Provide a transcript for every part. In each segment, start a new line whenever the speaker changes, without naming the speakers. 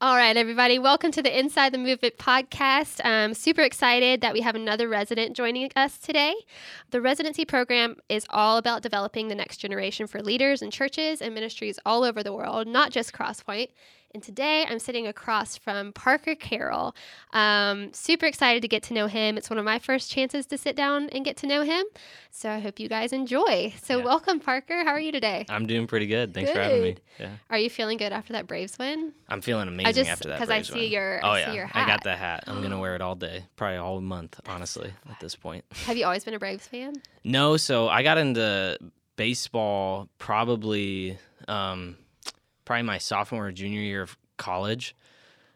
All right, everybody, welcome to the Inside the Movement podcast. I'm super excited that we have another resident joining us today. The residency program is all about developing the next generation for leaders and churches and ministries all over the world, not just Crosspoint. And today I'm sitting across from Parker Carroll. Um, super excited to get to know him. It's one of my first chances to sit down and get to know him. So I hope you guys enjoy. So,
Yeah.
welcome, Parker. How are you today?
I'm doing pretty good. Thanks for having me.
Good.
Yeah,
Are you feeling good after that Braves win?
I'm feeling amazing
just-
after that.
'cause I
Braves
see
win.
your-
Oh
I see
yeah,
your
I
hat.
got the hat. I'm gonna wear it all day, probably all month, honestly. At this point,
Have you always been a Braves fan?
no. So I got into baseball probably, um, probably my sophomore or junior year of college,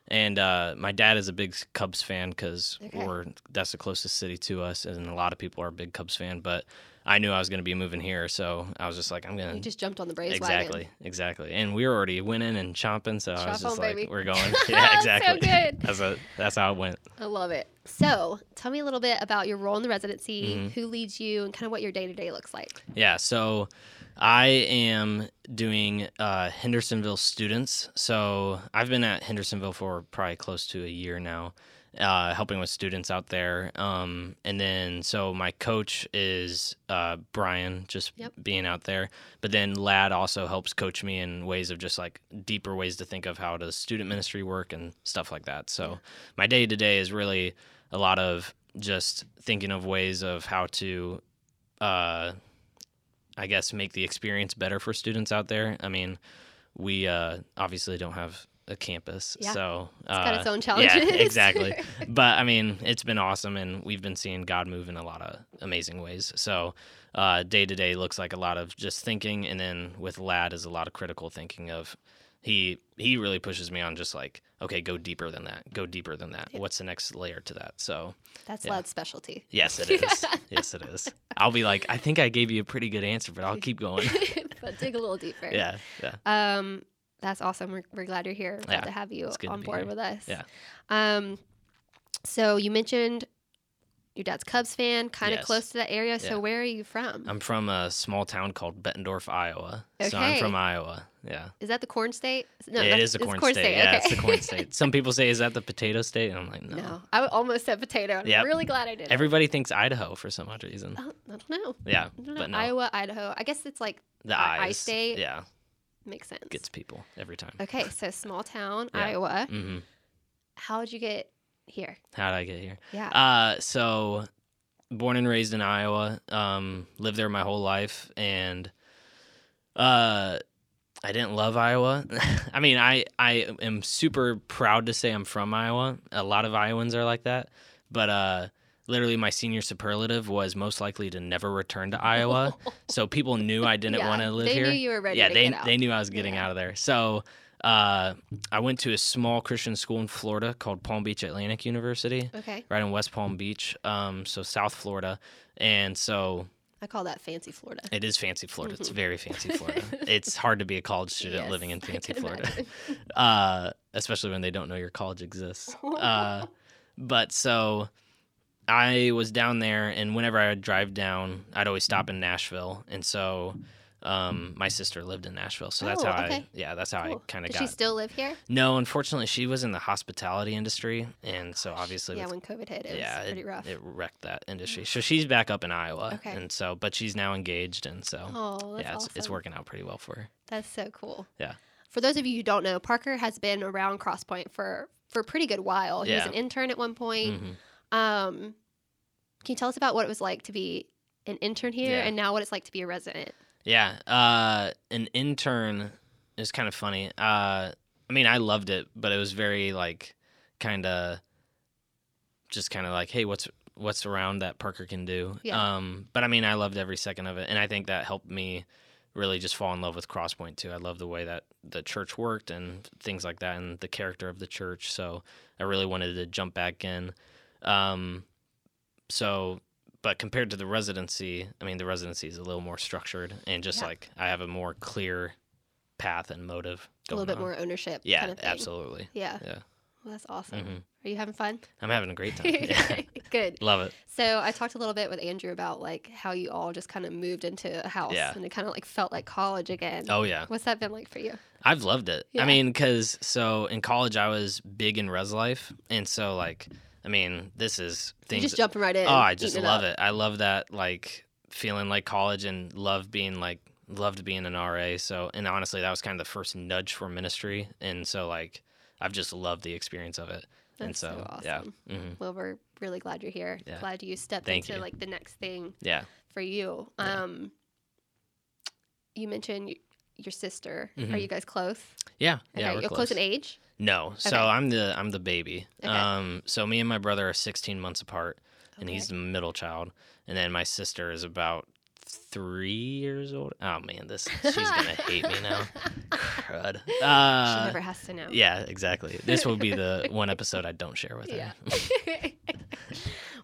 and uh, my dad is a big Cubs fan because
Okay.
we're that's the closest city to us, and a lot of people are a big Cubs fan, but. I knew I was going to be moving here, so I was just like, I'm going
You
to
just jumped on the Braves
Exactly,
wagon.
exactly. And we were already winning and chomping, so I
Chomp
was
on,
just like,
baby.
we're going. Yeah, exactly.
good.
that's a, that's how it went.
I love it. So, tell me a little bit about your role in the residency,
Mhm.
who leads you, and kind of what your day to day looks like.
Yeah, so I am doing uh, Hendersonville students. So I've been at Hendersonville for probably close to a year now, uh, helping with students out there. Um, and then, so my coach is uh, Brian, just
Yep.
being out there. But then Lad also helps coach me in ways of just like deeper ways to think of how does student ministry work and stuff like that. So my day to day is really a lot of just thinking of ways of how to. Uh, I guess make the experience better for students out there. I mean, we uh, obviously don't have a campus,
Yeah.
so uh,
It's got its own
yeah,
challenges.
exactly. but I mean, it's been awesome, and we've been seeing God move in a lot of amazing ways. So day to day looks like a lot of just thinking, and then with Lad is a lot of critical thinking of. He he really pushes me on just like okay, go deeper than that, go deeper than that.
Yeah.
What's the next layer to that? So
That's
Yeah.
Lad's specialty.
yes, it is. yes, it is. I'll be like, I think I gave you a pretty good answer, but I'll keep going.
but dig a little deeper.
yeah, yeah.
Um, that's awesome. We're, we're glad you're here. We're Glad
Yeah.
to have you
It's good to
on
be
board
here.
with us.
Yeah.
Um, so you mentioned your dad's Cubs fan, kind of
Yes.
close to that area. So
Yeah.
where are you from?
I'm from a small town called Bettendorf, Iowa. So I'm
Okay.
from Iowa. Yeah.
is that the corn state? No,
it
that's-
is a
it's
corn, state. Yeah, it's the
okay.
corn state. Some people say, is that the potato state? And I'm like, no.
No, I almost said potato. and I'm
Yep.
really glad I did.
Everybody thinks Idaho for some odd reason.
I don't know.
Yeah.
I don't know.
But no.
Iowa, Idaho. I guess it's like
the
I- I
eyes.
state.
Yeah.
makes sense.
Gets people every time.
Okay, so small town
Yeah.
Iowa.
hmm
How would you get here?
How did I get here?
Yeah.
Uh, so born and raised in Iowa, um, lived there my whole life, and uh, I didn't love Iowa. I mean, I I am super proud to say I'm from Iowa. A lot of Iowans are like that, but uh, literally my senior superlative was most likely to never return to Iowa. so people knew I didn't
Yeah,
want to live
they
here
knew you were ready.
yeah,
to
they
get out.
they knew I was getting
Yeah.
out of there. So uh, I went to a small Christian school in Florida called Palm Beach Atlantic University,
Okay,
right in West Palm Beach, um, so South Florida, and so
I call that fancy Florida.
it is fancy Florida. It's very fancy Florida. it's hard to be a college student
Mm-hmm. Yes,
living in
I
fancy
can
Florida,
imagine.
uh, especially when they don't know your college exists. Uh, but so I was down there, and whenever I would drive down, I'd always
Mm-hmm.
stop in Nashville, and so um, my sister lived in Nashville, so that's
Oh,
how I
okay.
yeah, that's how
Cool.
I kind of
Does
got.
she still live here?
no, unfortunately, she was in the hospitality industry, and so obviously
yeah,
with
when COVID hit, it
yeah,
was pretty rough. Mm.
it wrecked that industry. So she's back up in Iowa,
Okay.
and so but she's now engaged, and so
oh, that's
yeah, it's,
awesome.
it's working out pretty well for her.
That's so cool.
Yeah.
For those of you who don't know, Parker has been around CrossPoint for for a pretty good while. He was
Yeah.
an intern at one point.
Mhm.
Um, can you tell us about what it was like to be an intern here
Yeah.
and now what it's like to be a resident?
Yeah, uh, an intern is kind of funny. Uh, I mean, I loved it, but it was very like kind of just kind of like, hey, what's what's around that Parker can do?
Yeah.
Um, but I mean, I loved every second of it, and I think that helped me really just fall in love with Crosspoint too. I love the way that the church worked and things like that, and the character of the church. So I really wanted to jump back in. Um, so but compared to the residency, I mean, the residency is a little more structured and just
Yeah.
like I have a more clear path and motive.
a little
going
bit
on.
more ownership.
Yeah,
kind of thing.
absolutely.
Yeah.
Yeah.
Well, that's awesome.
Mhm.
Are you having fun?
I'm having a great time. Yeah.
Good.
Love it.
So I talked a little bit with Andrew about like how you all just kind of moved into a house
Yeah.
and it kind of like felt like college again.
Oh yeah,
What's that been like for you?
I've loved it.
Yeah.
I mean, because so in college I was big in res life, and so like I mean, this is
You
things.
just jumping right in.
oh, I just love it. I love that like feeling like college and love being like loved being an RA. So and honestly, that was kind of the first nudge for ministry, and so like I've just loved the experience of it. and
That's
so,
so
yeah,
awesome.
hmm
Well, we're really glad you're here.
Yeah.
Glad you stepped
Thank
into
you.
like the next thing
yeah,
for you.
Yeah.
Um, you mentioned y- your sister. Are
Mhm.
you guys close?
yeah, yeah.
Okay,
we're
you're close in age.
No. So
Okay.
I'm the I'm the baby.
Okay.
Um so me and my brother are 16 months apart and he's
Okay.
the middle child and then my sister is about 3 years old. Oh man, this she's going to hate me now. Crud.
she
Uh,
never has to know.
yeah, exactly. This will be the one episode I don't share with her.
Yeah.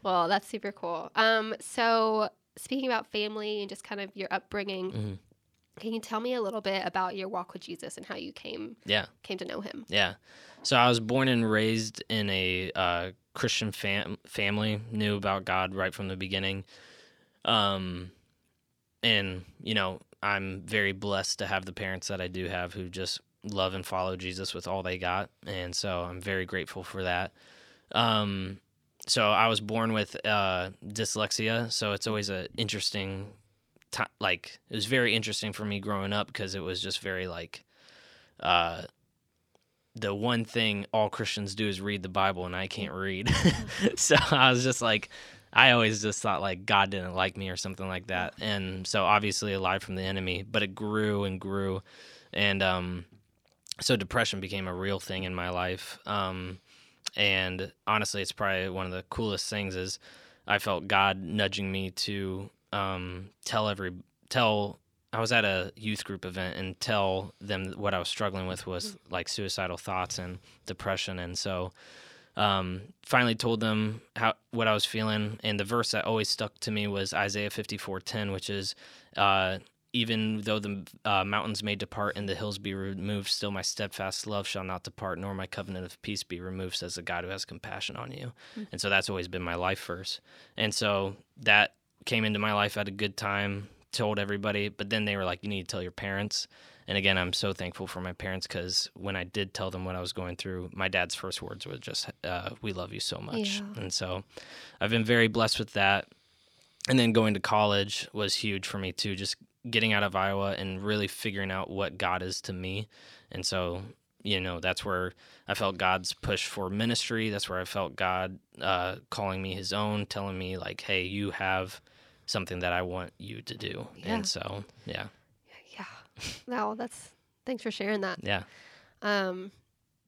well, that's super cool. Um, so speaking about family and just kind of your upbringing,
Mhm.
can you tell me a little bit about your walk with Jesus and how you came
Yeah.
came to know him?
Yeah. So I was born and raised in a uh, Christian fam- family, knew about God right from the beginning. Um, and, you know, I'm very blessed to have the parents that I do have who just love and follow Jesus with all they got. And so I'm very grateful for that. Um, so I was born with uh, dyslexia. So it's always an interesting, ti like, it was very interesting for me growing up because it was just very, like, uh, the one thing all Christians do is read the Bible, and I can't read. so I was just like, I always just thought like God didn't like me or something like that. And so obviously a lie from the enemy, but it grew and grew. And um, so depression became a real thing in my life. Um, and honestly, it's probably one of the coolest things is I felt God nudging me to um, tell every tell. I was at a youth group event and tell them what I was struggling with was like suicidal thoughts and depression, and so um, finally told them how what I was feeling. And the verse that always stuck to me was Isaiah fifty four ten, which is. Uh, even though the uh, mountains may depart and the hills be removed, still my steadfast love shall not depart, nor my covenant of peace be removed, says the God who has compassion on you. And so that's always been my life verse. And so that came into my life at a good time, told everybody, but then they were like, you need to tell your parents. And again, I'm so thankful for my parents because when I did tell them what I was going through, my dad's first words were just, uh, We love you so much.
Yeah.
And so I've been very blessed with that. And then going to college was huge for me too, just getting out of Iowa and really figuring out what God is to me. And so, you know, that's where I felt God's push for ministry. That's where I felt God uh, calling me His own, telling me like, "Hey, you have something that I want you to do."
Yeah.
And so, yeah,
Yeah. Wow, that's thanks for sharing that.
yeah,
Um,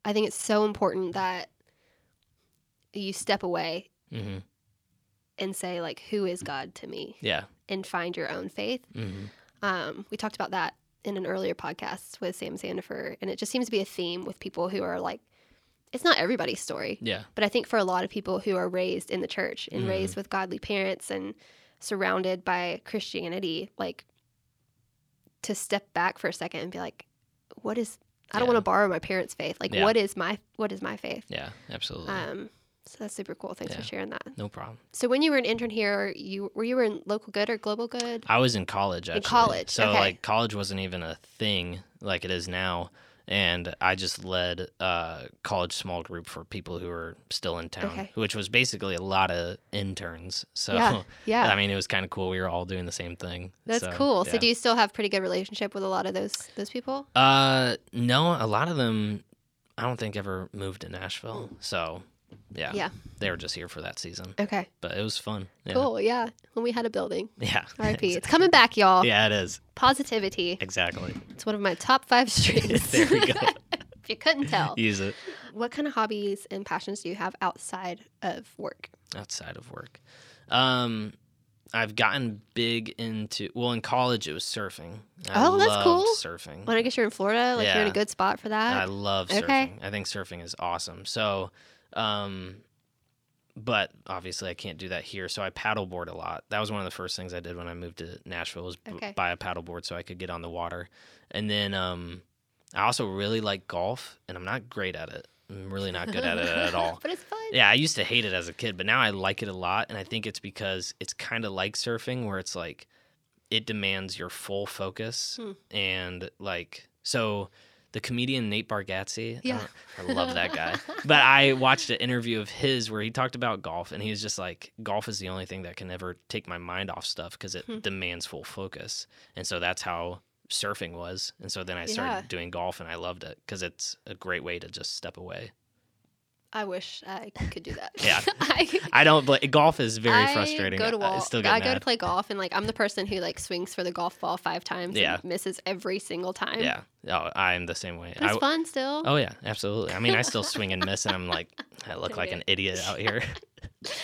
I think it's so important that you step away
hmm
and say like, "Who is God to me?"
yeah,
and find your own faith.
hmm
Um, we talked about that in an earlier podcast with Sam Sandifer, and it just seems to be a theme with people who are like, it's not everybody's story,
yeah,
but I think for a lot of people who are raised in the church and
Mhm.
raised with godly parents and surrounded by Christianity, like to step back for a second and be like, what is, I don't
Yeah.
want to borrow my parents' faith. Like,
Yeah.
what is my, what is my faith?
yeah, absolutely,
Um, so that's super cool. Thanks for
Yeah.
sharing that.
no problem.
So when you were an intern here, you were you were in local good or global good?
I was in college actually.
college,
so
okay.
like college wasn't even a thing like it is now, and I just led a college small group for people who were still in town,
Okay.
which was basically a lot of interns. So.
Yeah, yeah.
I mean, it was kind of cool. We were all doing the same thing.
That's cool.
yeah.
So do you still have pretty good relationship with a lot of those those people?
Uh, no, a lot of them, I don't think ever moved to Nashville. So, yeah,
Yeah.
they were just here for that season.
Okay.
But it was fun. Yeah.
Cool. Yeah. When we had a building.
Yeah.
RIP. It's coming back, y'all.
yeah, it is
Positivity.
exactly.
It's one of my top five streets.
There we go.
if you couldn't tell.
Use it
What kind of hobbies and passions do you have outside of work?
outside of work. Um. I've gotten big into well in college it was surfing. I
Oh, that's
loved
cool.
Surfing.
When I guess you're in Florida, like you're in a
Yeah.
good spot for
I
that.
love surfing.
okay.
I think surfing is awesome. So, um, but obviously I can't do that here. So I paddleboard a lot. That was one of the first things I did when I moved to Nashville was b-
Okay.
buy a paddleboard so I could get on the water. And then um, I also really like golf, and I'm not great at it. I'm really not good at it at all.
but it's fun.
Yeah, I used to hate it as a kid, but now I like it a lot. And I think it's because it's kind of like surfing, where it's like it demands your full focus.
Hmm.
And like, so the comedian Nate Bargatze, I
Yeah.
don't- I, love that guy. but I watched an interview of his where he talked about golf, and he was just like, golf is the only thing that can ever take my mind off stuff because it
Hmm.
demands full focus. And so that's how surfing was. And so then I started
Yeah.
doing golf and I loved it because it's a great way to just step away.
I wish I could do that.
Yeah.
I,
I don't. But golf is very
I
frustrating.
Go to
I, I
wall-
still get
I go
mad.
to play golf, and like I'm the person who like swings for the golf ball five times
Yeah.
and misses every single time.
yeah. Oh, I'm the same way.
but it's
I-
fun still.
oh yeah, absolutely. I mean, I still swing and miss, and I'm like, I look like an idiot out here.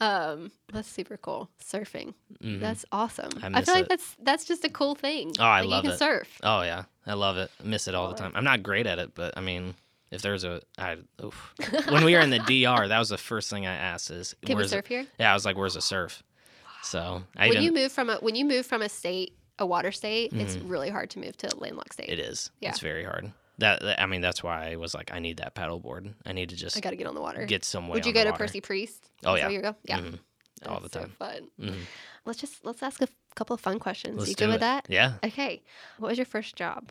Um, that's super cool. Surfing,
Mhm.
that's awesome.
I
I,
miss
feel
it.
like that's that's just a cool thing.
Oh, I
like,
love
you can
it.
surf.
Oh yeah, I love it. I miss it all the time. I'm not great at it, but I mean, if there's a, I oof. when we were in the DR, that was the first thing I asked is,
Can we
where's
surf here?
A, yeah, I was like, where's a surf? So I
when
even
you move from a when you move from a state a water state, it's really hard to move to a landlocked state.
Mm-hmm. it is.
Yeah.
It's very hard. That, that- I mean, that's why I was like, I need that paddle board. I need to
I
just
got to get on the water.
get somewhere.
Would you go to Percy Priest?
Oh,
Is
yeah.
that where you go? Yeah,
Mhm. all the
That's so
time.
fun.
Mhm.
Let's just let's ask a couple of fun questions.
Let's
you
do
good
it.
with that?
Yeah.
Okay. What was your first job?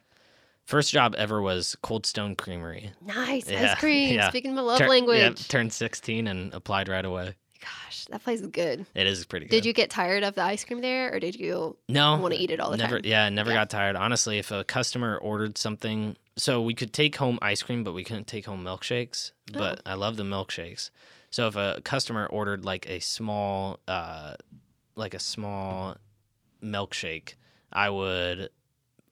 First job ever was Cold Stone Creamery.
Nice
Yeah,
ice cream.
yeah.
Speaking my love
Tur-
language.
yep, turned 16 and applied right away.
Gosh, that place is good.
It is pretty good.
Did you get tired of the ice cream there, or did you
No.
want to eat it all the
Oh, never,
time?
Yeah, never
Yeah.
got tired. Honestly, if a customer ordered something, so we could take home ice cream, but we couldn't take home milkshakes. But
Oh.
I love the milkshakes. So if a customer ordered like a small, uh, like a small milkshake, I would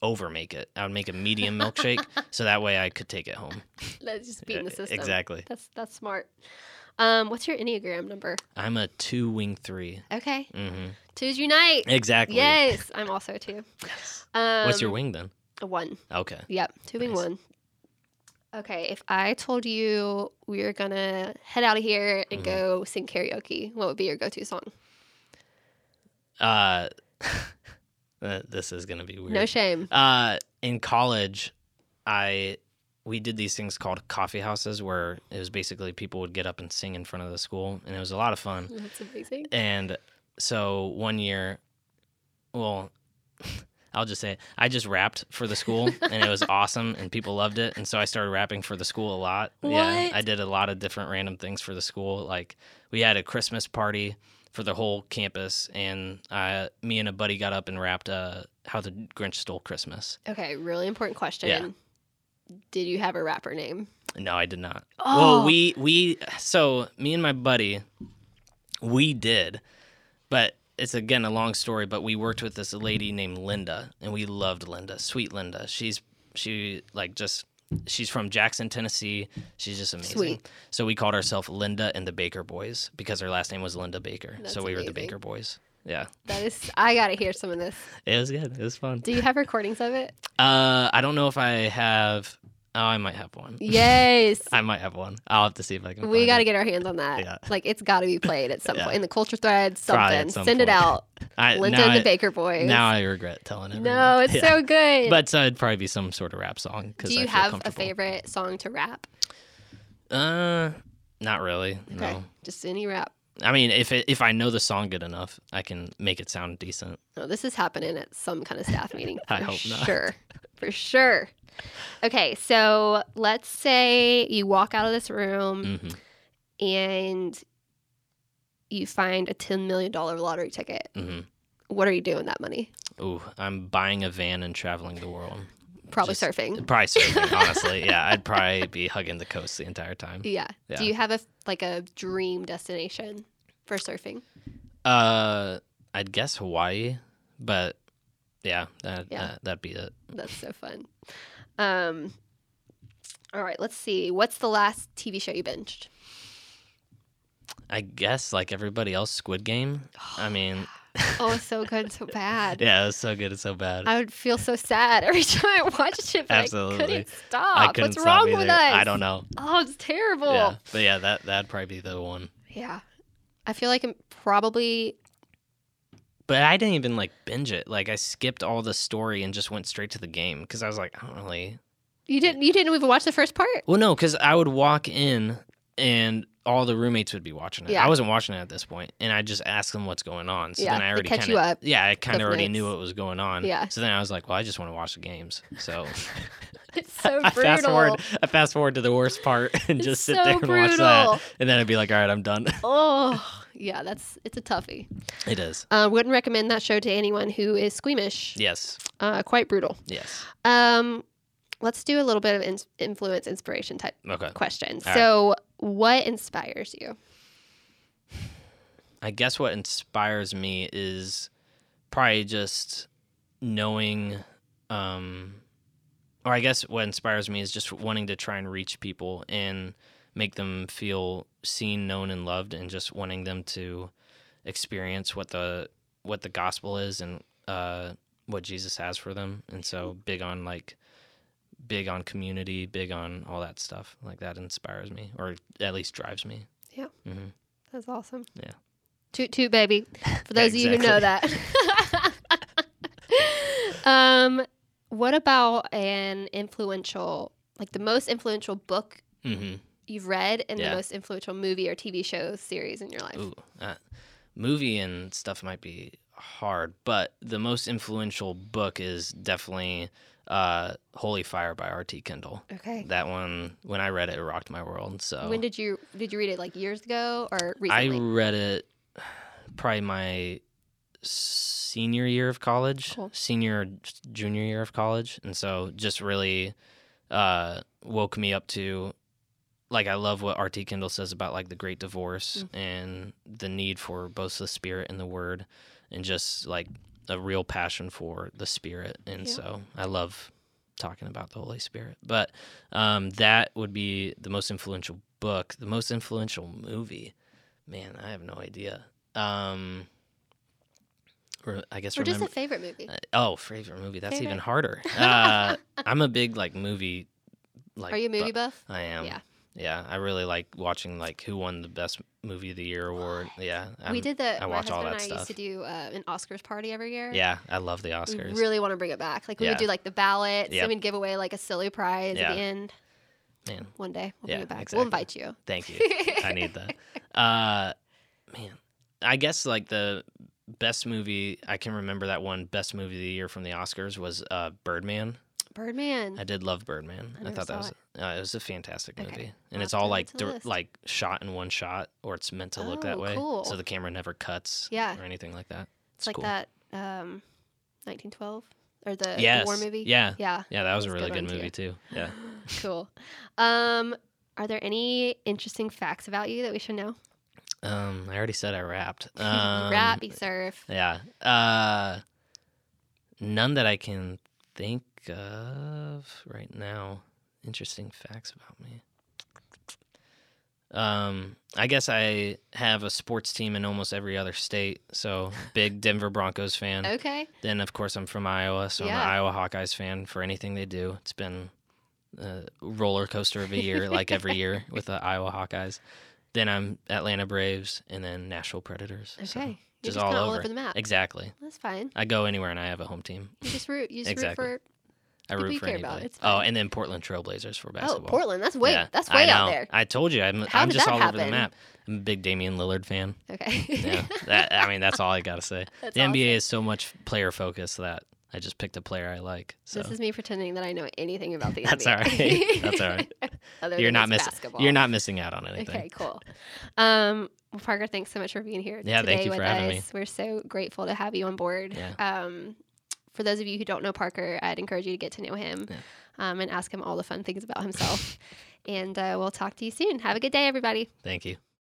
overmake it. I would make a medium milkshake, so that way I could take it home.
That's just beating the
Yeah,
system.
Exactly.
That's that's smart. Um, what's your enneagram number?
I'm a two wing three.
Okay,
Mm-hmm.
twos unite.
Exactly.
Yes, I'm also a two. Um,
What's your wing then?
A one.
Okay.
Yep, two being
Nice.
one. Okay, if I told you we were gonna head out of here and
Mhm.
go sing karaoke, what would be your go-to song?
Uh, uh, this is gonna be weird.
No shame.
uh, in college, I we did these things called coffee houses, where it was basically people would get up and sing in front of the school, and it was a lot of fun.
That's amazing.
And so one year, well, I'll just say it, I just rapped for the school, and it was awesome, and people loved it. And so I started rapping for the school a lot. Yeah,
What?
I did a lot of different random things for the school. Like we had a Christmas party for the whole campus, and I, me and a buddy got up and rapped uh, "How the Grinch Stole Christmas."
Okay, really important question. Did you have a rapper name?
No, I did not.
Oh.
Well, we we so me and my buddy, we did, but it's again a long story. But we worked with this lady named Linda, and we loved Linda, sweet Linda. She's she like just she's from Jackson, Tennessee. She's just amazing.
Sweet.
So we called ourselves Linda and the Baker Boys because her last name was Linda Baker.
That's
so we were the
amazing.
Baker Boys. Yeah,
That is, I gotta hear some of this.
it was good. It was fun.
Do you have recordings of it?
Uh, I don't know if I have. Oh, I might have one.
Yes.
I might have one. I'll have to see if I can.
We
find
gotta
it.
get our hands on that.
Yeah.
Like it's gotta be played at some
Yeah.
point in the culture thread.
Probably
Something.
at some
Send it
point.
out.
I,
Linda
now
and the
I-
Baker Boys.
Now I regret telling everyone.
no, it's so good.
But so it'd probably be some sort of rap song. 'cause
do
I
you
feel
have a
comfortable.
favorite song to rap?
Uh, not really.
Okay.
No.
Just any rap.
I mean, if it, if I know the song good enough, I can make it sound decent.
No, this is happening at some kind of staff meeting.
I
for
hope not.
Sure. For sure. Okay, so let's say you walk out of this room
hmm
and you find a $10 million lottery ticket.
hmm
What are you doing with that money?
Ooh, I'm buying a van and traveling the world.
Probably
Just-
surfing.
Probably surfing, honestly. Yeah, I'd probably be hugging the coast the entire time.
Yeah.
Yeah.
Do you have a like a dream destination for surfing?
Uh, I'd guess Hawaii, but yeah, that,
Yeah.
that that'd be it.
That's so fun. Um All right, let's see. What's the last TV show you binged?
I guess like everybody else, Squid Game. I mean,
Oh, it's so good, so bad.
yeah, it was so good, it's so bad.
I would feel so sad every time I watched it, but I
Absolutely.
couldn't stop. What's wrong with
either.
us?
I don't know.
Oh, it's terrible.
Yeah, but yeah, that that'd probably be the one.
yeah. I feel like I'm probably
But I didn't even like binge it. Like I skipped all the story and just went straight to the game because I was like, I don't really
You didn't. You didn't even watch the first part.
Well, no, because I would walk in and all the roommates would be watching it.
Yeah.
I wasn't watching it at this point, and I just asked them what's going on. So
Yeah,
then I
they
already
catch
kind
you
of
up
yeah, I kind
both
of already
nights.
knew what was going on.
Yeah.
So then I was like, well, I just want to watch the games. So
It's so
I
brutal.
fast forward, I fast forward to the worst part and
It's
just sit
so
there and watch that,
brutal.
and then I'd be like, all right, I'm done.
Oh, yeah, that's it's a toughie.
it is.
Uh, wouldn't recommend that show to anyone who is squeamish.
Yes.
Uh, quite brutal.
Yes.
Um, let's do a little bit of in- influence, inspiration type
Okay.
question.
All right.
so, what inspires you?
I guess what inspires me is probably just knowing um or I guess what inspires me is just wanting to try and reach people and make them feel seen, known and loved and just wanting them to experience what the what the gospel is and uh what Jesus has for them. And so big on like big on community, big on all that stuff. Like that inspires me or at least drives me.
Yeah.
hmm
That's awesome.
Yeah.
Toot toot, baby. For those of you who know that.
Exactly.
um, what about an influential, like the most influential book
Mhm.
you've read and
Yeah.
the most influential movie or TV show series in your life?
Ooh, uh, movie and stuff might be hard, but the most influential book is definitely uh, Holy Fire by R.T. Kendall.
Okay.
That one, when I read it, it rocked my world. So
When did you did you read it? Like years ago or
I
recently?
read it probably my senior year of college,
Cool.
senior junior year of college, and so just really uh, woke me up to like I love what R.T. Kendall says about like the Great Divorce
Mm.
and the need for both the Spirit and the Word, and just like a real passion for the Spirit, and
Yeah.
so I love talking about the Holy Spirit. But um, that would be the most influential book, the most influential movie. Man, I have no idea. Um, re- I guess
or just
remember.
a favorite movie?
uh, oh, favorite movie. That's even
Favorite.
harder. Uh, I'm a big like movie. Like
Are you a movie
bu-
buff?
I am.
Yeah.
Yeah. I really like watching like who won the best movie of the year award. Yeah.
we
I'm-
did the.
I
my
watch
husband
all
and I
that
used to
stuff.
do uh, an Oscars party every year.
Yeah, I love the Oscars.
We really want to bring it back. Like we
Yeah.
would do like the ballots
Yep.
and we'd give away like a silly prize at
Yeah.
the end.
Man.
One day we'll bring
Yeah,
it back.
exactly.
We'll invite you.
Thank you. I need that. Uh, man, I guess like the best movie I can remember that one best movie of the year from the Oscars was uh, Birdman.
Birdman.
I did love Birdman.
I
I,
never
thought that
saw
was uh, it was a fantastic
Okay.
movie,
I'll
and it's
have to
all
add
like
to the
dir-
list.
like shot in one shot, or it's meant to look that
Oh,
way,
cool.
so the camera never cuts,
Yeah.
or anything like that.
It's like
cool.
that um, 1912 or the, the
Yes.
war movie.
Yeah.
Yeah.
Yeah, that was a
That's a
really
good
good,
one, too.
movie too. Yeah.
cool. Um, are there any interesting facts about you that we should know?
Um, I already said I rapped.
You
Um,
rap, you surf.
Yeah. Uh, none that I can think of right now. Interesting facts about me. Um, I guess I have a sports team in almost every other state. So big Denver Broncos fan.
Okay.
Then of course I'm from Iowa, so
Yeah.
I'm an Iowa Hawkeyes fan for anything they do. It's been a roller coaster of a year, like every year with the Iowa Hawkeyes. Then I'm Atlanta Braves, and then Nashville Predators.
Okay.
So
You're
just
just
all
kind of all
over.
over the map.
Exactly.
That's fine.
I go anywhere and I have a home team.
You just root. You just
Exactly.
root
I
People
root
you
for
care about,
anybody.
it's
oh,
fine.
and then Portland Trailblazers
for.
for
Oh,
basketball.
Portland. That's way.
Yeah,
That's
I
way out
know.
there.
I told you. I'm,
How
I'm
did
just
that
all over
happen?
the map. I'm a big Damian Lillard fan.
Okay.
Yeah, that, I mean that's all I gotta say.
That's
the NBA
awesome.
is so much player focused that I just picked a player I like. So
This is me pretending that I know anything about the
That's
NBA.
all right. That's all right.
Other
you're
than
not
it's
missing.
basketball.
You're not missing out on anything.
Okay, cool. Um, well, Parker, thanks so much for being here
Yeah,
today
thank you
with
for
us.
having me.
We're so grateful to have you on board.
Yeah.
Um, for those of you who don't know Parker, I'd encourage you to get to know him
Yeah.
um, and ask him all the fun things about himself. and uh, we'll talk to you soon. Have a good day, everybody.
Thank you.